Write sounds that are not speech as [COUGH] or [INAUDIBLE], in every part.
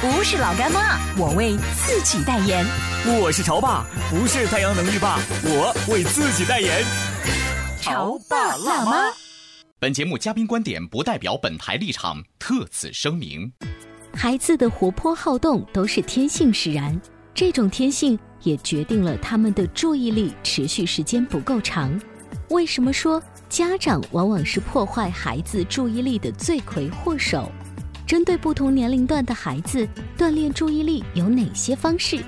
不是老干妈，我为自己代言。我是潮爸，不是太阳能浴霸，我为自己代言。潮爸辣妈。本节目嘉宾观点不代表本台立场，特此声明。孩子的活泼好动都是天性使然，这种天性也决定了他们的注意力持续时间不够长。为什么说家长往往是破坏孩子注意力的罪魁祸首？针对不同年龄段的孩子，锻炼注意力有哪些方式？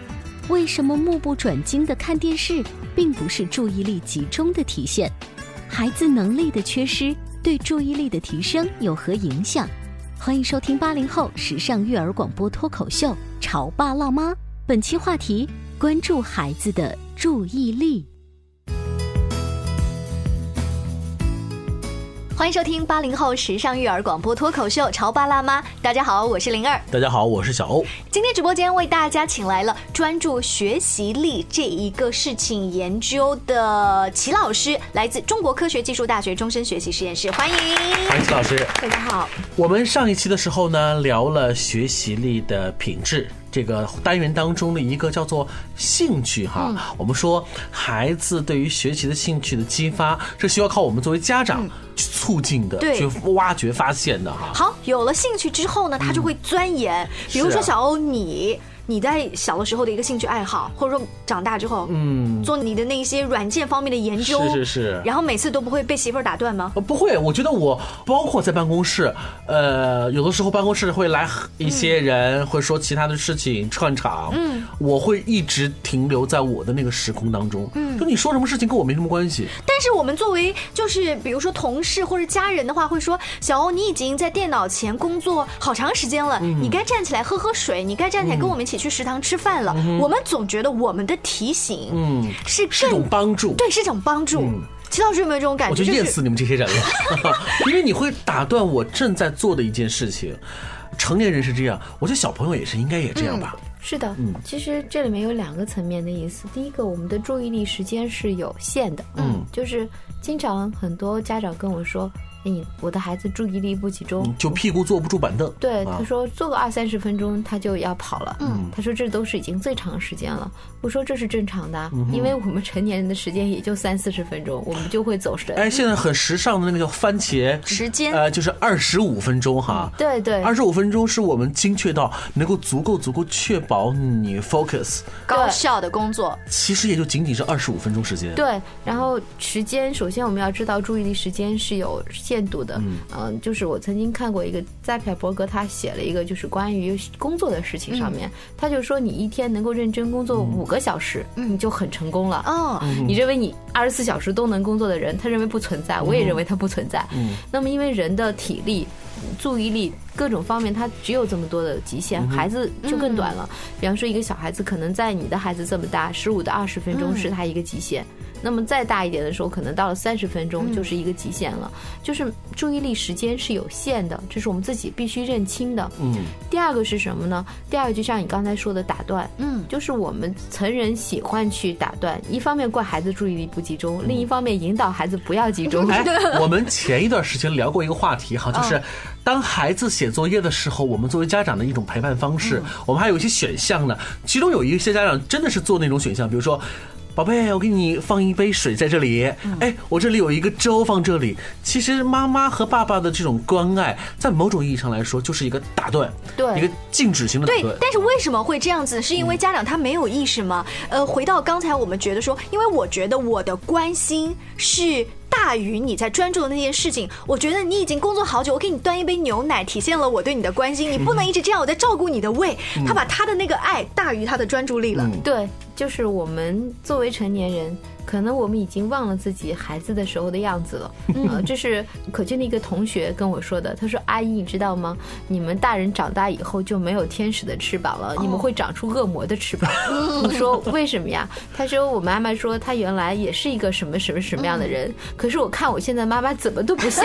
为什么目不转睛的看电视并不是注意力集中的体现？孩子能力的缺失对注意力的提升有何影响？欢迎收听八零后时尚育儿广播脱口秀《潮爸辣妈》。本期话题：关注孩子的注意力。欢迎收听八零后时尚育儿广播脱口秀《潮爸辣妈》。大家好，我是灵儿。大家好，我是小欧。今天直播间为大家请来了专注学习力这一个事情研究的齐老师，来自中国科学技术大学终身学习实验室，欢迎。欢迎齐老师。大家好，我们上一期的时候呢，聊了学习力的品质这个单元当中的一个叫做兴趣哈。我们说孩子对于学习的兴趣的激发，这需要靠我们作为家长去促进的，对去挖掘发现的哈。好，有了兴趣之后呢，他就会钻研。比如是说啊小欧你。你在小的时候的一个兴趣爱好，或者说长大之后，嗯，做你的那些软件方面的研究，是是是然后每次都不会被媳妇儿打断吗？呃，不会，我觉得我包括在办公室，呃，有的时候办公室会来一些人，会说其他的事情串场，嗯，我会一直停留在我的那个时空当中，嗯，就你说什么事情跟我没什么关系，但是我们作为就是比如说同事或者家人的话，会说小欧，你已经在电脑前工作好长时间了，嗯你该站起来喝喝水，你该站起来跟我们一起去食堂吃饭了。我们总觉得我们的提醒，嗯，是嗯是一更种帮助，嗯对，是一种帮助。齐老师有没有这种感我觉？就就厌是死你们这些人了， [LAUGHS] 因为你会打断我正在做的一件事情。成年人是这样，我觉得小朋友也是应该也这样吧。是的，嗯其实这里面有两个层面的意思。第一个，我们的注意力时间是有限的，嗯，就是经常很多家长跟我说，哎，你我的孩子注意力不集中，嗯就屁股坐不住板凳，对，啊他说做个二三十分钟他就要跑了。嗯，他说这都是已经最长时间了。我说这是正常的啊，嗯因为我们成年人的时间也就三四十分钟，我们就会走神。哎，现在很时尚的那个叫番茄时间呃，就是二十五分钟哈。对对，二十五分钟是我们精确到能够足够足够确保你 focus，高效的工作，其实也就仅仅是二十五分钟时间。，对，然后时间，首先我们要知道注意力时间是有限度的。嗯、就是我曾经看过一个扎皮尔伯格，他写了一个就是关于工作的事情上面，他就说你一天能够认真工作五个小时，你就很成功嗯了。哦，你认为你二十四小时都能工作的人，他认为不存在，我也认为他不存在。那么因为人的体力、注意力各种方面，他只有这么多的极限，孩子就更短了。比方说，一个小孩子可能在你的孩子这么大，十五到二十分钟是他一个极限。那么再大一点的时候，可能到了三十分钟就是一个极限了，就是注意力时间是有限的，这是我们自己必须认清的。嗯，第二个是什么呢？第二个就像你刚才说的打断，嗯，就是我们成人喜欢去打断，一方面怪孩子注意力不集中，另一方面引导孩子不要集 [LAUGHS] 中。嗯哎， [LAUGHS] 我们前一段时间聊过一个话题哈，就是当孩子写作业的时候，我们作为家长的一种陪伴方嗯式。我们还有一些选项呢，其中有一些家长真的是做那种选项，比如说。宝贝，我给你放一杯水在这里。嗯哎，我这里有一个粥放这里。其实妈妈和爸爸的这种关爱，在某种意义上来说，就是一个打断，对一个静止型的打对断，。但是为什么会这样子？是因为家长他没有意识吗？呃，回到刚才我们觉得说，因为我觉得我的关心是大于你在专注的那件事情。我觉得你已经工作好久，我给你端一杯牛奶，体现了我对你的关心。你不能一直这样，我在照顾你的胃。他把他的那个爱大于他的专注力了。对，就是我们作为成年人，可能我们已经忘了自己孩子的时候的样子了。嗯，这是可见的一个同学跟我说的，他说：“阿姨，你知道吗？你们大人长大以后就没有天使的翅膀了，你们会长出恶魔的翅膀。我说：“为什么呀？”他说：“我妈妈说她原来也是一个什么什么什么样的人，可是我看我现在妈妈怎么都不像。”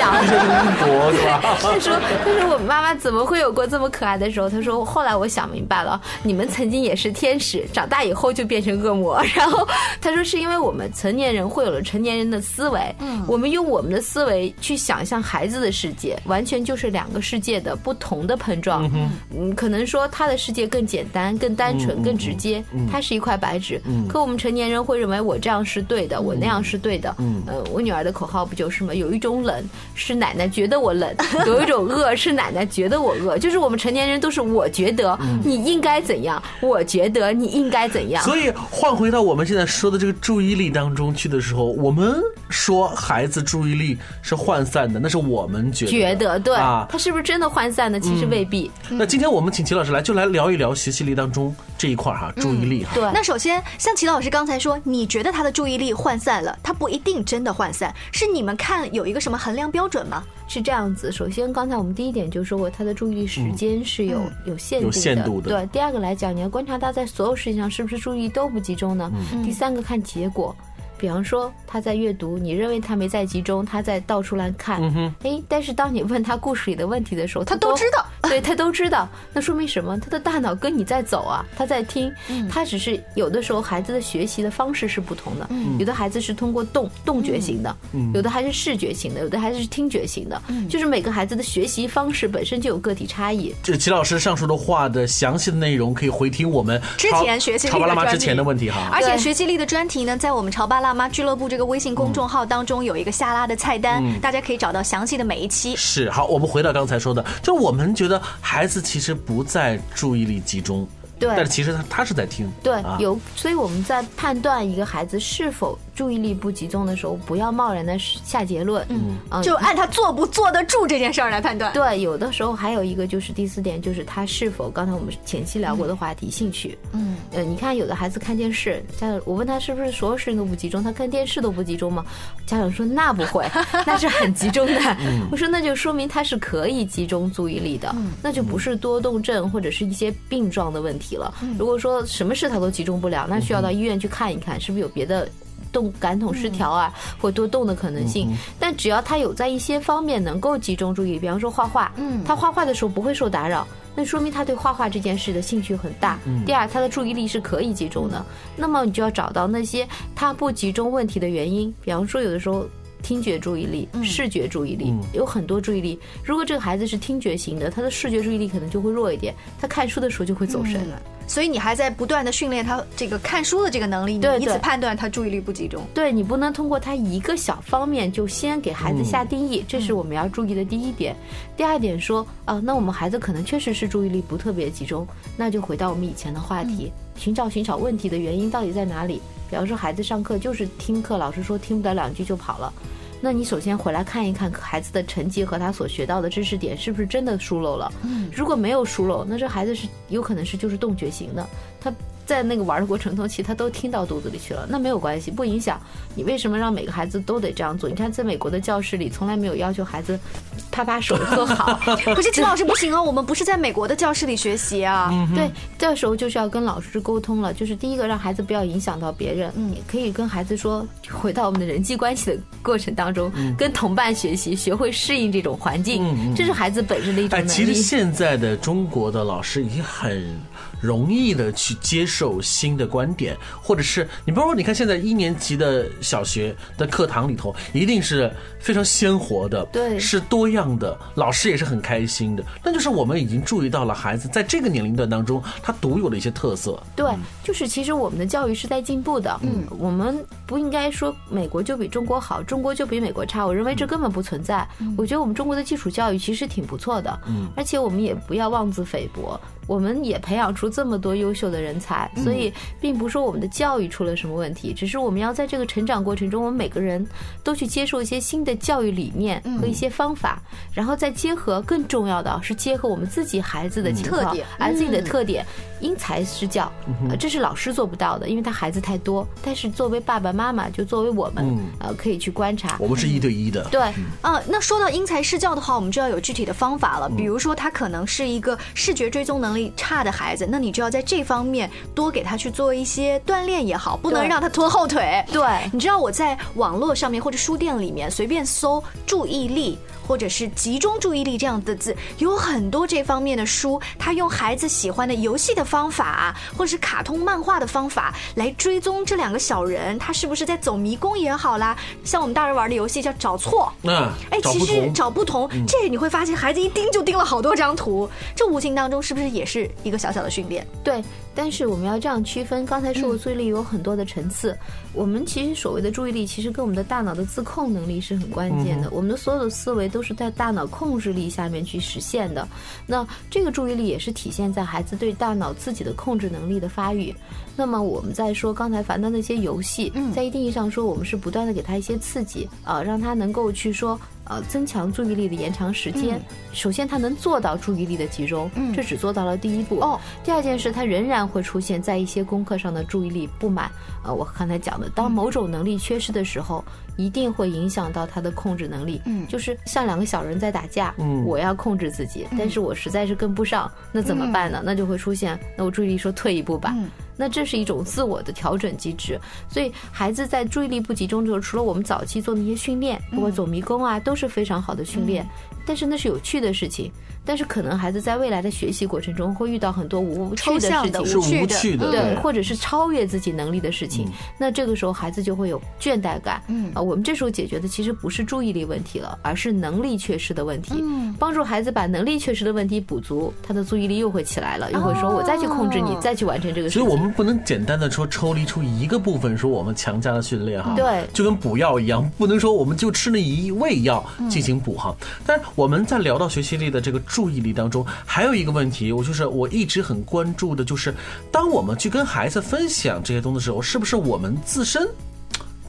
[LAUGHS] 多是吧？他说：“他说我妈妈怎么会有过这么可爱的时候？”他说：“后来我想明白了，你们曾经也是天使，长大以后就变成恶魔。”然后他说：“是因为我们成年人会有了成年人的思维，嗯，我们用我们的思维去想象孩子的世界，完全就是两个世界的不同的碰撞。嗯，可能说他的世界更简单、更单纯、更直接，他是一块白纸。可我们成年人会认为我这样是对的，我那样是对的。嗯，呃，我女儿的口号不就是吗？有一种冷是奶奶觉得我冷，有一种饿是奶奶觉得我饿。就是我们成年人都是我觉得你应该怎样，我觉得你应该怎样。所以换回到我们现在说的这个注意力当中去的时候，我们说孩子注意力是涣散的，那是我们觉得觉得对，啊他是不是真的涣散呢？其实未必。那今天我们请齐老师来，就来聊一聊学习力当中这一块儿哈，嗯注意力哈。对，那首先，像齐老师刚才说，你觉得他的注意力涣散了，他不一定真的涣散，是你们看有一个什么衡量标准吗？是这样子，首先刚才我们第一点就说过，他的注意力时间是有、有限定嗯有的，限度的对，第二个来讲，你要观察他在所有事情上是不是注意力都不集中呢？嗯第三个看结果。比方说他在阅读，你认为他没在集中，他在到处乱看，哎，但是当你问他故事里的问题的时候，他都知道， [LAUGHS] 对他都知道，那说明什么？他的大脑跟你在走啊，他在听，嗯他只是有的时候孩子的学习的方式是不同的，嗯有的孩子是通过动动觉型的，有的还是视觉型的，有的还是听觉型的，嗯就是每个孩子的学习方式本身就有个体差异。这齐老师上述的话的详细的内容，可以回听我们之潮前学习力潮爸的辣妈之专前的利问题哈。而且对学习力的专题呢，在我们潮爸辣妈俱乐部这个微信公众号当中有一个下拉的菜单，大家可以找到详细的每一嗯期。是好，我们回到刚才说的，就是我们觉得孩子其实不在注意力集中，对但是其实他他是在听，对啊，有，所以我们在判断一个孩子是否注意力不集中的时候，不要贸然的下结论。嗯，啊、就按他坐不坐得住这件事儿来判断。对，有的时候还有一个就是第四点，就是他是否刚才我们前期聊过的话题、兴趣。嗯，呃，你看有的孩子看电视，家长我问他是不是所有事情都不集中，他看电视都不集中吗？家长说 [LAUGHS] 那不会，那是很集中的。我说那就说明他是可以集中注意力的，那就不是多动症或者是一些病状的问题了。如果说什么事他都集中不了，那需要到医院去看一看，是不是有别的动感统失调啊，或多动的可能性。但只要他有在一些方面能够集中注意，比方说画画，嗯，他画画的时候不会受打扰。那说明他对画画这件事的兴趣很大。第二，他的注意力是可以集中的。那么你就要找到那些他不集中问题的原因，比方说有的时候听觉注意力、视觉注意力、有很多注意力。如果这个孩子是听觉型的，他的视觉注意力可能就会弱一点，他看书的时候就会走神了。所以你还在不断的训练他这个看书的这个能力，你对以此对判断他注意力不集中。对你不能通过他一个小方面就先给孩子下定义，这是我们要注意的第一点。第二点说啊、那我们孩子可能确实是注意力不特别集中，那就回到我们以前的话题，寻找寻找问题的原因到底在哪里。比方说孩子上课就是听课，老师说听不了两句就跑了。那你首先回来看一看孩子的成绩和他所学到的知识点是不是真的疏漏了。如果没有疏漏，那这孩子是有可能是就是动觉型的，他在那个玩的过程中，其实他都听到肚子里去了，那没有关系，不影响。你为什么让每个孩子都得这样做？你看，在美国的教室里，从来没有要求孩子拍拍手 [LAUGHS] 坐好，可是秦老师不行哦，我们不是在美国的教室里学习啊。对，这时候就是要跟老师沟通了，就是第一个让孩子不要影响到别人，嗯，可以跟孩子说，回到我们的人际关系的过程当中，嗯跟同伴学习，学会适应这种环境，这是孩子本身的一种哎，能力。其实现在的中国的老师已经很容易的去接受新的观点，或者是你包括你看现在一年级的小学的课堂里头，一定是非常鲜活的，对是多样的，老师也是很开心的。那就是我们已经注意到了孩子在这个年龄段当中他独有的一些特色。对，就是其实我们的教育是在进步的，嗯，我们不应该说美国就比中国好，中国就比美国差，我认为这根本不存在。我觉得我们中国的基础教育其实挺不错的，而且我们也不要妄自菲薄，我们也培养出这么多优秀的人才，所以并不是说我们的教育出了什么问题，只是我们要在这个成长过程中，我们每个人都去接受一些新的教育理念嗯和一些方法，然后再结合更重要的啊是结合我们自己孩子的情况，特点嗯哎自己的特点，因材施教，呃这是老师做不到的，因为他孩子太多，但是作为爸爸妈妈，就作为我们呃可以去观察我，们是一对一的，对。嗯啊，那说到因材施教的话，我们就要有具体的方法了。比如说，他可能是一个视觉追踪能力差的孩子，那你就要在这方面多给他去做一些锻炼也好，不能对让他拖后腿。对你知道我在网络上面或者书店里面随便搜“注意力”或者是“集中注意力”这样的字，有很多这方面的书，他用孩子喜欢的游戏的方法，或者是卡通漫画的方法来追踪这两个小人，他是不是在走迷宫也好啦，像我们大人玩的游戏叫找错。嗯，哎，找其不实同，嗯找不同，这你会发现孩子一盯就盯了好多张图，这无形当中是不是也是一个小小的训练？对，但是我们要这样区分。刚才说我注意力有很多的层次，我们其实所谓的注意力，其实跟我们的大脑的自控能力是很关键的。我们的所有的思维都是在大脑控制力下面去实现的。那这个注意力也是体现在孩子对大脑自己的控制能力的发育。那么我们在说刚才樊丹的一些游戏，在一定意义上说，我们是不断的给他一些刺激，啊，让他能够去说。呃，增强注意力的延长时间，首先他能做到注意力的集中，这只做到了第一步。哦，第二件事，他仍然会出现在一些功课上的注意力不满。呃，我刚才讲的，当某种能力缺失的时候，一定会影响到他的控制能力。嗯，就是像两个小人在打架，嗯我要控制自己，但是我实在是跟不上，那怎么办呢？那就会出现，那我注意力说退一步吧。那这是一种自我的调整机制，所以孩子在注意力不集中的时候，除了我们早期做的那些训练，包括走迷宫啊，都是非常好的训练。但是那是有趣的事情，但是可能孩子在未来的学习过程中会遇到很多无趣抽的象事的情，是无无趣趣的，对，或者是超越自己能力的事情，那这个时候孩子就会有倦怠感。嗯，啊，我们这时候解决的其实不是注意力问题了，而是能力缺失的问题。嗯，帮助孩子把能力缺失的问题补足，他的注意力又会起来了，又会说：“我再去控制你，再去完成这个事所情。”以我们不能简单的说抽离出一个部分，说我们强加了训练哈，对就跟补药一样，不能说我们就吃那一味药进行补哈。但是我们在聊到学习力的这个注意力当中，还有一个问题，我就是我一直很关注的，就是当我们去跟孩子分享这些东西的时候，是不是我们自身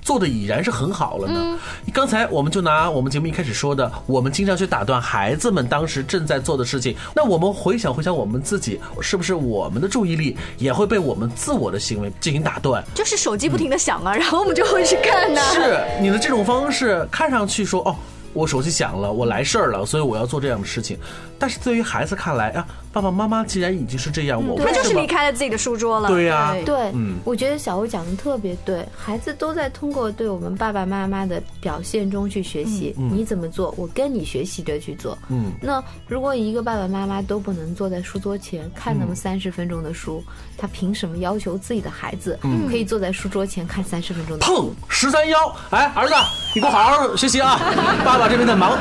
做的已然是很好了呢？刚才我们就拿我们节目一开始说的，我们经常去打断孩子们当时正在做的事情。那我们回想回想我们自己，是不是我们的注意力也会被我们自我的行为进行打断？就是手机不停的响啊，然后我们就会去看呐、嗯是你的这种方式，看上去说哦，我手机响了，我来事儿了，所以我要做这样的事情。但是对于孩子看来啊，爸爸妈妈既然已经是这样，我他嗯为就什是么离？开了自己的书桌了。对呀对，嗯我觉得小欧讲的特别对，孩子都在通过对我们爸爸妈妈的表现中去学习，你怎么做，我跟你学习着去做。嗯，那如果一个爸爸妈妈都不能坐在书桌前看嗯那么三十分钟的书，他凭什么要求自己的孩子可以坐在书桌前看三十分钟的书？嗯碰十三幺，哎，儿子，你给我好好学习啊！爸爸这边在忙。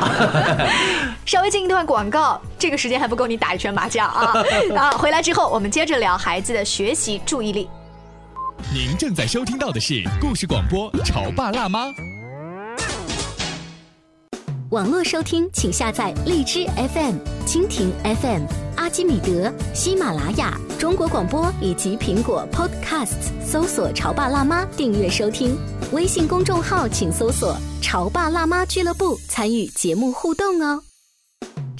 稍微进一段广告，这个时间还不够你打一圈麻将 [LAUGHS] 啊！啊，回来之后我们接着聊孩子的学习注意力。您正在收听到的是故事广播《潮爸辣妈》。网络收听，请下载荔枝 FM、蜻蜓 FM、阿基米德、喜马拉雅、中国广播以及苹果 Podcasts，搜索“潮爸辣妈”订阅收听。微信公众号请搜索“潮爸辣妈俱乐部”，参与节目互动哦。《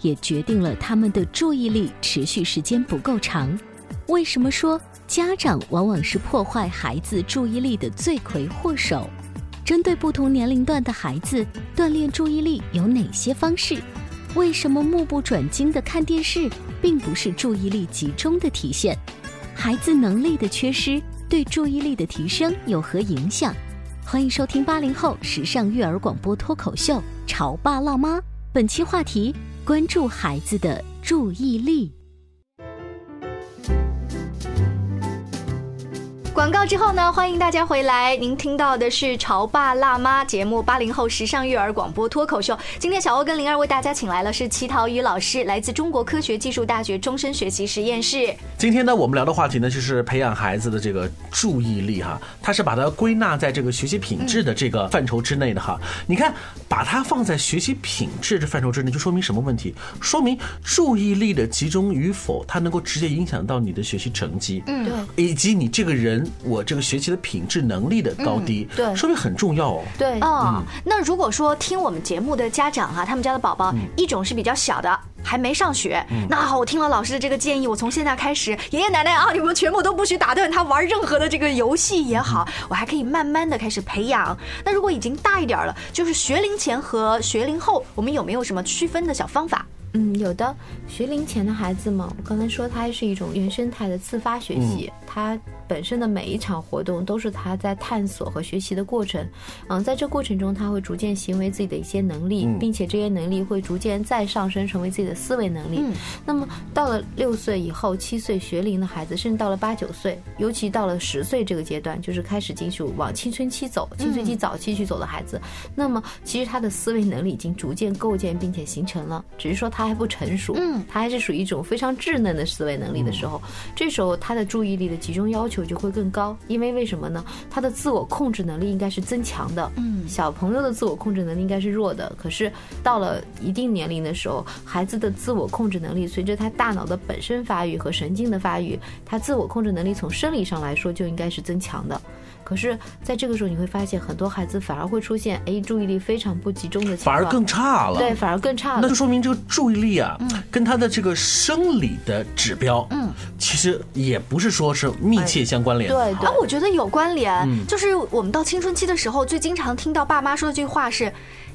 也决定了他们的注意力持续时间不够长。为什么说家长往往是破坏孩子注意力的罪魁祸首？针对不同年龄段的孩子，锻炼注意力有哪些方式？为什么目不转睛的看电视并不是注意力集中的体现？孩子能力的缺失对注意力的提升有何影响？欢迎收听八零后时尚育儿广播脱口秀《潮爸辣妈》，本期话题：关注孩子的注意力。广告之后呢，欢迎大家回来。您听到的是《潮爸辣妈》节目，八零后时尚育儿广播脱口秀。今天小欧跟灵儿为大家请来了是齐陶宇老师，来自中国科学技术大学终身学习实验室。今天呢，我们聊的话题呢，就是培养孩子的这个注意力哈，它是把它归纳在这个学习品质的这个范畴之内的哈。你看，把它放在学习品质这范畴之内，就说明什么问题？说明注意力的集中与否，它能够直接影响到你的学习成绩，嗯，以及你这个人我这个学习的品质能力的高低，嗯对说明很重要哦。对，哦，那如果说听我们节目的家长啊，他们家的宝宝，一种是比较小的，还没上学，那好，我听了老师的这个建议，我从现在开始，爷爷奶奶啊，你们全部都不许打断他玩任何的这个游戏也好，我还可以慢慢的开始培养。那如果已经大一点了，就是学龄前和学龄后，我们有没有什么区分的小方法？嗯，有的学龄前的孩子嘛，我刚才说他是一种原生态的自发学习，他本身的每一场活动都是他在探索和学习的过程。嗯，在这过程中，他会逐渐行为自己的一些能力，并且这些能力会逐渐再上升成为自己的思维能力。那么到了六岁以后，七岁学龄的孩子，甚至到了八九岁，尤其到了十岁这个阶段，就是开始进入往青春期走，青春期早期去走的孩子，那么其实他的思维能力已经逐渐构建并且形成了，只是说他还不成熟，嗯，他还是属于一种非常稚嫩的思维能力的时候，这时候他的注意力的集中要求就会更高，因为为什么呢？他的自我控制能力应该是增强的，嗯，小朋友的自我控制能力应该是弱的，可是到了一定年龄的时候，孩子的自我控制能力随着他大脑的本身发育和神经的发育，他自我控制能力从生理上来说就应该是增强的。可是，在这个时候，你会发现很多孩子反而会出现哎注意力非常不集中的情反况，而更差了。对，反而更差了。那就说明这个注意力啊，嗯跟他的这个生理的指标，嗯，其实也不是说是密切相关联的。对对啊，我觉得有关联。就是我们到青春期的时候，最经常听到爸妈说的一句话是：“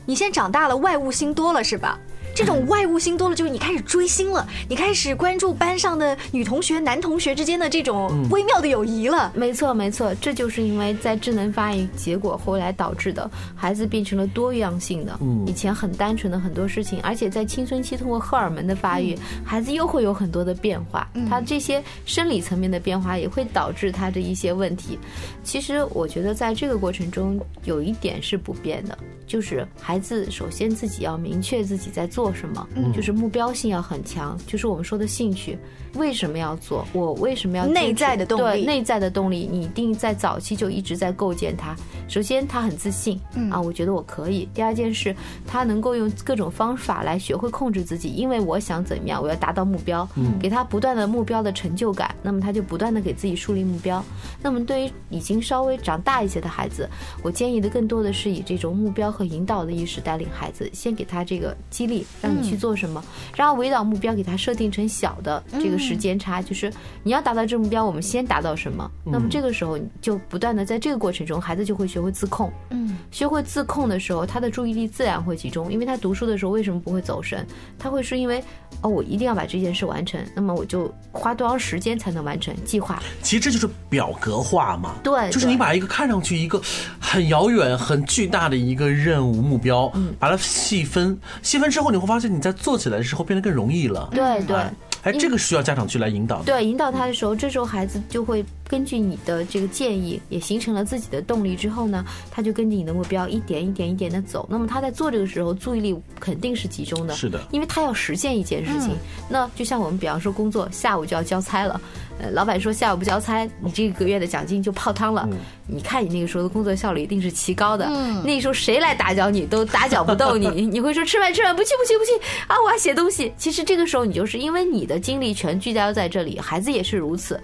你现在长大了，外物心多了，是吧？”这种外物心多了，就是你开始追星了，你开始关注班上的女同学、男同学之间的这种微妙的友谊了。没错，没错，这就是因为在智能发育结果后来导致的，孩子变成了多样性的，以前很单纯的很多事情，而且在青春期通过荷尔蒙的发育，孩子又会有很多的变化，他这些生理层面的变化也会导致他的一些问题。其实我觉得在这个过程中有一点是不变的，就是孩子首先自己要明确自己在做什么，就是目标性要很强，就是我们说的兴趣，为什么要做，我为什么要内坚持在的动对力内。内在的动力，你一定在早期就一直在构建它。首先，他很自信，嗯啊，我觉得我可以。第二件事，他能够用各种方法来学会控制自己，因为我想怎么样，我要达到目标，给他不断的目标的成就感，那么他就不断的给自己树立目标。那么对于已经稍微长大一些的孩子，我建议的更多的是以这种目标和引导的意识带领孩子，先给他这个激励，让你去做什嗯么，然后围绕目标给他设定成小的这个时间差，就是你要达到这个目标，我们先达到什么。嗯那么这个时候你就不断的在这个过程中，孩子就会学会自控。嗯，学会自控的时候，他的注意力自然会集中，因为他读书的时候为什么不会走神？他会是因为哦，我一定要把这件事完成，那么我就花多长时间才能完成计划？其实这就是表格化嘛。对就是你把一个看上去一个很遥远、很巨大的一个任务目标，嗯把它细分，细分之后，你会发现你在做起来的时候变得更容易了。对对。哎，哎，这个需要家长去来引导的。对，引导他的时候，这时候孩子就会根据你的这个建议，也形成了自己的动力之后呢，他就根据你的目标一点一点一点的走。那么他在做这个时候，注意力肯定是集中的，是的嗯因为他要实现一件事情。那就像我们比方说工作，下午就要交差了，呃，老板说下午不交差，你这个月的奖金就泡汤了。嗯你看你那个时候的工作效率一定是奇高的，那时候谁来打搅你都打搅不 [LAUGHS] 动你，你会说吃饭吃饭不去不去不去啊，我要写东西。其实这个时候你就是因为你的精力全聚焦在这里，孩子也是如此。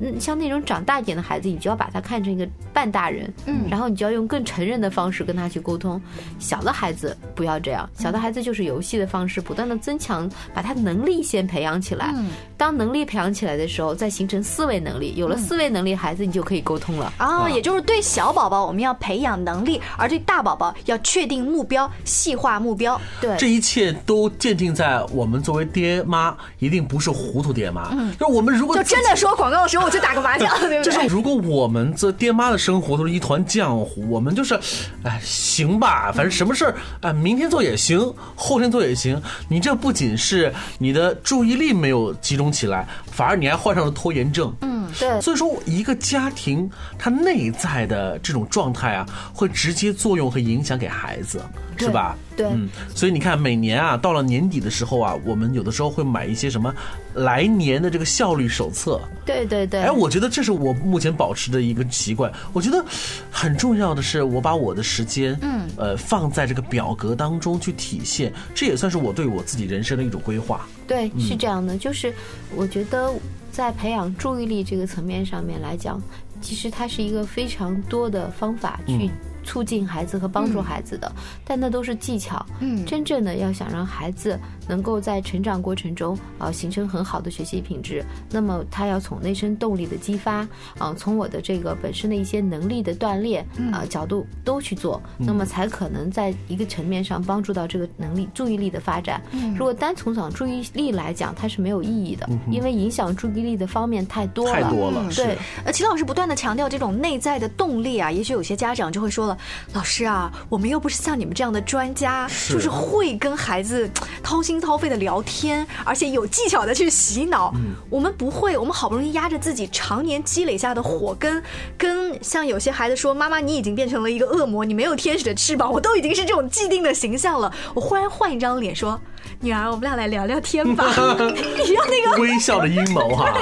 嗯，像那种长大一点的孩子，你就要把他看成一个半大人，嗯然后你就要用更成人的方式跟他去沟通。小的孩子不要这样，小的嗯孩子就是游戏的方式，不断的增强，把他能力先培养起来。嗯当能力培养起来的时候，再形成思维能力，嗯有了思维能力，孩子你就可以沟通了。啊，也就是对小宝宝我们要培养能力，而对大宝宝要确定目标、细化目标。对，这一切都鉴定在我们作为爹妈一定不是糊涂爹妈，嗯就是我们如果就自己真的说广告的时候，我就打个麻将，对不就对？是如果我们这爹妈的生活都是一团浆糊，我们就是，哎，行吧，反正什么事儿，哎，明天做也行，后天做也行。你这不仅是你的注意力没有集中起来，反而你还患上了拖延症。嗯，对所以说，一个家庭它内在的这种状态啊，会直接作用和影响给孩子，是吧？对嗯，所以你看，每年啊，到了年底的时候啊，我们有的时候会买一些什么来年的这个效率手册。对对对。哎，我觉得这是我目前保持的一个习惯。我觉得很重要的是，我把我的时间，嗯，呃，放在这个表格当中去体现，这也算是我对我自己人生的一种规划。对，是这样的，就是我觉得在培养注意力这个层面上面来讲，其实它是一个非常多的方法嗯去促进孩子和帮助孩子的，但那都是技巧。嗯真正的要想让孩子能够在成长过程中啊、呃形成很好的学习品质，那么他要从内生动力的激发啊、从我的这个本身的一些能力的锻炼啊、角度都去做，嗯那么才可能在一个层面上帮助到这个能力注意力的发展。如果单从讲注意力来讲，它是没有意义的，因为影响注意力的方面太多嗯了。太多了，是嗯对，呃，齐老师不断的强调这种内在的动力啊，也许有些家长就会说了，老师啊，我们又不是像你们这样的专家，是就是会跟孩子嘖掏心掏肺的聊天，而且有技巧的去洗脑。我们不会，我们好不容易压着自己常年积累下的火根，跟像有些孩子说，妈妈你已经变成了一个恶魔，你没有天使的翅膀，我都已经是这种既定的形象了。我忽然换一张脸说，女儿，我们俩来聊聊天吧。 [LAUGHS] 你要那个微笑的阴谋 [LAUGHS] 哈。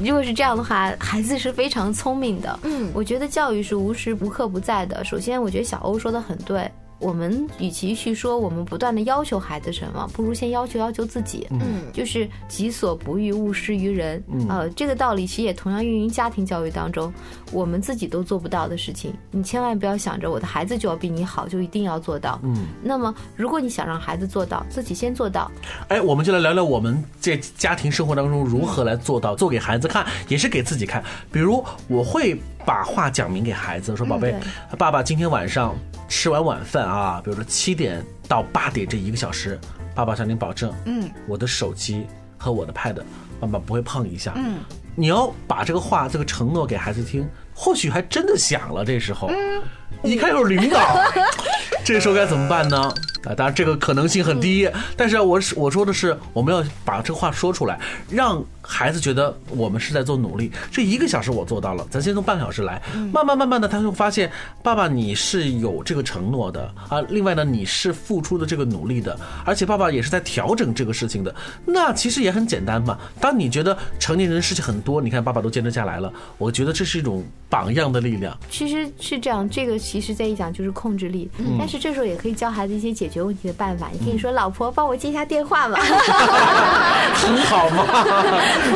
如果是这样的话，孩子是非常聪明的。嗯，我觉得教育是无时无刻不在的。首先，我觉得小欧说的很对。我们与其去说我们不断的要求孩子什么，不如先要求要求自己。嗯，就是己所不欲，勿施于人。嗯，呃，这个道理其实也同样运用于家庭教育当中。我们自己都做不到的事情，你千万不要想着我的孩子就要比你好，就一定要做到。嗯，那么如果你想让孩子做到，自己先做到，哎，我们就来聊聊我们这家庭生活当中如何来做到做给孩子看，也是给自己看。比如，我会把话讲明给孩嗯子，说：“宝贝，爸爸今天晚上吃完晚饭啊，比如说七点到八点这一个小时，爸爸向您保证，嗯，我的手机和我的 pad，爸爸不会碰一下。”嗯，你要把这个话、这个承诺给孩子听，或许还真的响了。这时候，一看又是领导， [LAUGHS] 这时候该怎么办呢？啊，当然这个可能性很低，但是我是我说的是，我们要把这个话说出来，让孩子觉得我们是在做努力。这一个小时我做到了，咱先从半个小时来，慢慢慢慢的，他会发现爸爸你是有这个承诺的啊，另外呢你是付出的这个努力的，而且爸爸也是在调整这个事情的。那其实也很简单嘛，当你觉得成年人事情很多，你看爸爸都坚持下来了，我觉得这是一种榜样的力量。其实是这样，这个其实在一讲就是控制力，嗯但是这时候也可以教孩子一些解决问题的办法。你可以说：“老婆，帮我接一下电话 [LAUGHS] 嘛。很好嘛，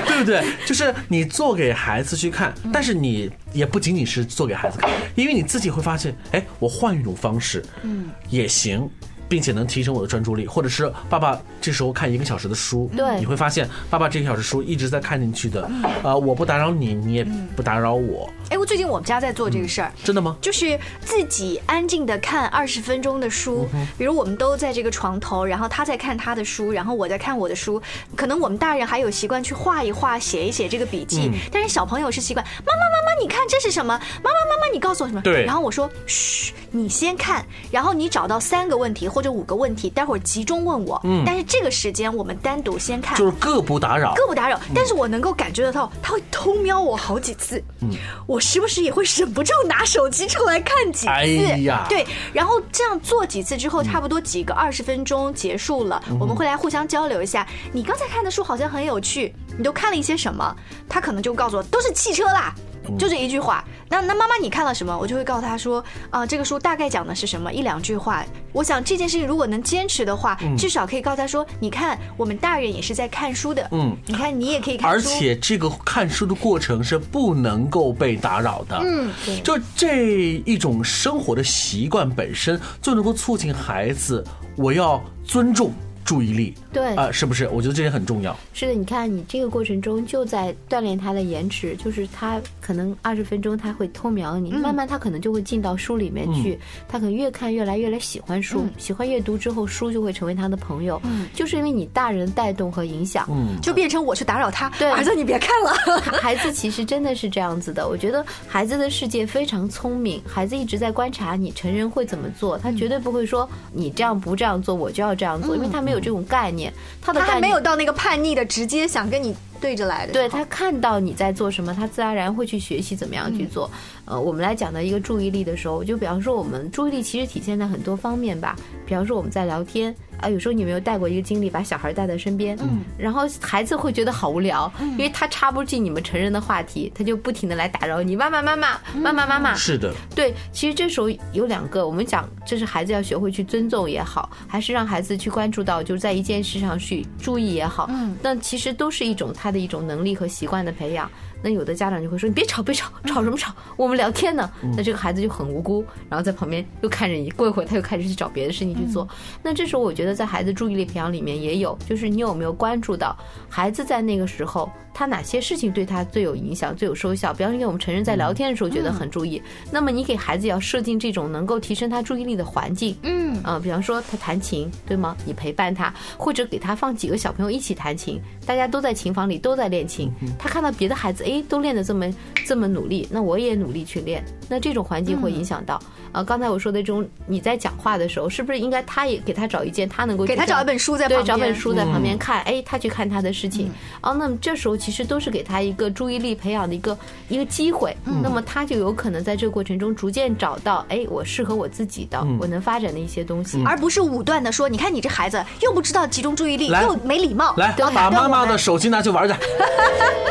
[LAUGHS] 对不对？就是你做给孩子去看，但是你也不仅仅是做给孩子看，因为你自己会发现，哎，我换一种方式，嗯，也行。并且能提升我的专注力，或者是爸爸这时候看一个小时的书，对你会发现爸爸这个小时书一直在看进去的，呃，我不打扰你，你也不打扰我，哎，我最近我们家在做这个事儿，真的吗？就是自己安静的看二十分钟的书，比如我们都在这个床头，然后他在看他的书，然后我在看我的书。可能我们大人还有习惯去画一画、写一写这个笔记，但是小朋友是习惯妈妈妈妈，你看这是什么？妈妈妈妈，你告诉我什么？对然后我说嘘，你先看，然后你找到三个问题或者五个问题，待会儿集中问我。但是这个时间我们单独先看，就是各不打嗯扰，嗯各不打扰，但是我能够感觉得到，他会偷瞄我好几次，嗯我时不时也会忍不住拿手机出来看几次，哎呀对，然后这样做几次之后，差不多几个二十分钟结束了，嗯我们会来互相交流一下，你刚才看的书好像很有趣，你都看了一些什么？他可能就告诉我，都是汽车啦。嗯就这一句话。那那妈妈你看了什么？我就会告诉她说啊、这个书大概讲的是什么，一两句话。我想这件事情如果能坚持的话，嗯至少可以告诉她说，你看我们大人也是在看书的，嗯，你看你也可以看而书，且这个看书的过程是不能够被打扰的。嗯，对就这一种生活的习惯本身就能够促进孩子，我要尊重注意力。对啊、是不是？我觉得这也很重要。是的，你看你这个过程中就在锻炼他的延迟，就是他可能二十分钟他会偷瞄嗯你，慢慢他可能就会进到书里面去，他可能越看越来越来喜欢书，嗯喜欢阅读之后，书就会成为他的朋友，就是因为你大人带动和影响。嗯就变成我去打扰她，对儿子你别看了。 [LAUGHS] 孩子其实真的是这样子的，我觉得孩子的世界非常聪明，孩子一直在观察你成人会怎么做，他绝对不会说你这样不这样做，我就要这样做，因为他没有这种概念，他的他概还念没有到那个叛逆的，直接想跟你对着来的。对他看到你在做什么，他自然而然会去学习怎么样去做。呃，我们来讲到一个注意力的时候，就比方说我们注意力其实体现在很多方面吧，比方说我们在聊天。啊，有时候你有没有带过一个经历，把小孩带在身边，嗯，然后孩子会觉得好无聊，因为他插不进你们成人的话题，他就不停的来打扰你，妈妈妈妈妈妈妈妈，是的，对，其实这时候有两个，我们讲，就是孩子要学会去尊重也好，还是让孩子去关注到，就是在一件事上去注意也好，嗯，那其实都是一种他的一种能力和习惯的培养。那有的家长就会说：“你别吵，别吵，吵什么吵？我们聊天呢。”那这个孩子就很无辜，然后在旁边又看着你，过一会儿他又开始去找别的事情去做。那这时候我觉得在孩子注意力培养里面也有，就是你有没有关注到孩子在那个时候他哪些事情对他最有影响、最有收效？比方说，我们成人在聊天的时候觉得很注意，那么你给孩子要设定这种能够提升他注意力的环境。嗯，啊、比方说他弹琴，对吗？你陪伴他，或者给他放几个小朋友一起弹琴，大家都在琴房里都在练琴。嗯他看到别的孩子，哎，都练得这么这么努力，那我也努力去练。那这种环境会影响到，嗯啊，刚才我说的这种，你在讲话的时候，是不是应该他也给他找一件他能够给他去干找一本书在对旁边，找本书在旁嗯边看，哎，他去看他的事情。哦，那么这时候其实都是给他一个注意力培养的一个一个机会，嗯那么他就有可能在这个过程中逐渐找到，哎，我适合我自己的，嗯我能发展的一些东西。嗯而不是武断的说，你看你这孩子又不知道集中注意力，来又没礼貌，来，然后打把断我妈妈们的手机拿去 [LAUGHS] 玩去。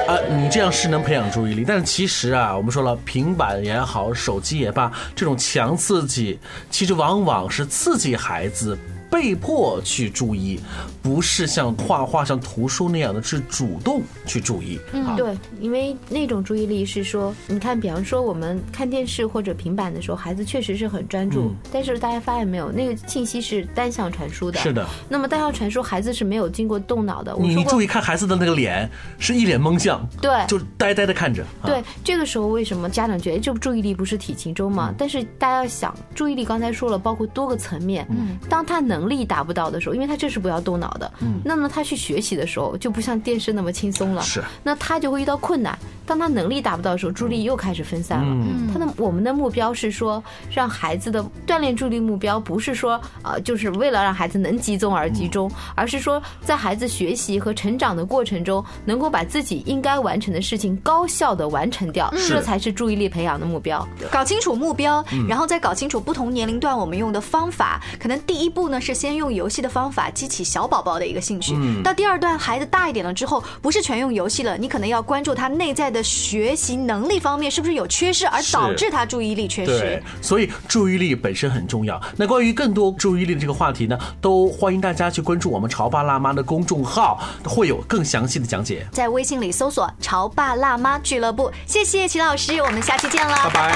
啊，你这样是能培养注意力，但是其实啊，我们说了，平板也好，手机也罢，这种强刺激，其实往往是刺激孩子。被迫去注意，不是像画画、像图书那样的，是主动去注意。啊，对，因为那种注意力是说，你看，比方说我们看电视或者平板的时候，孩子确实是很专嗯注，但是大家发现没有，那个信息是单向传输的。嗯是的。那么单向传输，孩子是没有经过动脑的。我你说你过注意看孩子的那个脸，是一脸懵相，对就呆呆的看着。啊对，这个时候为什么家长觉得哎这不注意力不是体情中吗？但是大家要想，注意力刚才说了，包括多个层面。嗯，当他能力达不到的时候，因为他这是不要动脑的，嗯，那么他去学习的时候就不像电视那么轻松了。是，那他就会遇到困难。当他能力达不到的时候，注意力又开始分散了。嗯他的我们的目标是说，让孩子的锻炼注意力目标不是说呃，就是为了让孩子能集中而集中，而是说在孩子学习和成长的过程中，能够把自己应该完成的事情高效的完成掉，这才是注意力培养的目标。搞清楚目标，嗯然后再搞清楚不同年龄段我们用的方法。可能第一步呢是先用游戏的方法激起小宝宝的一个兴趣，嗯到第二段孩子大一点了之后，不是全用游戏了，你可能要关注他内在的学习能力方面是不是有缺失，而导致他注意力缺失对。，所以注意力本身很重要。那关于更多注意力的这个话题呢，都欢迎大家去关注我们潮爸辣妈的公众号，会有更详细的讲解。在微信里搜索“潮爸辣妈俱乐部”，谢谢齐老师，我们下期见了，拜拜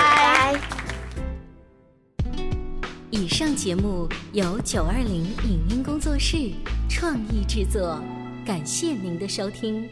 拜以上节目由九二零影音工作室创意制作，感谢您的收听。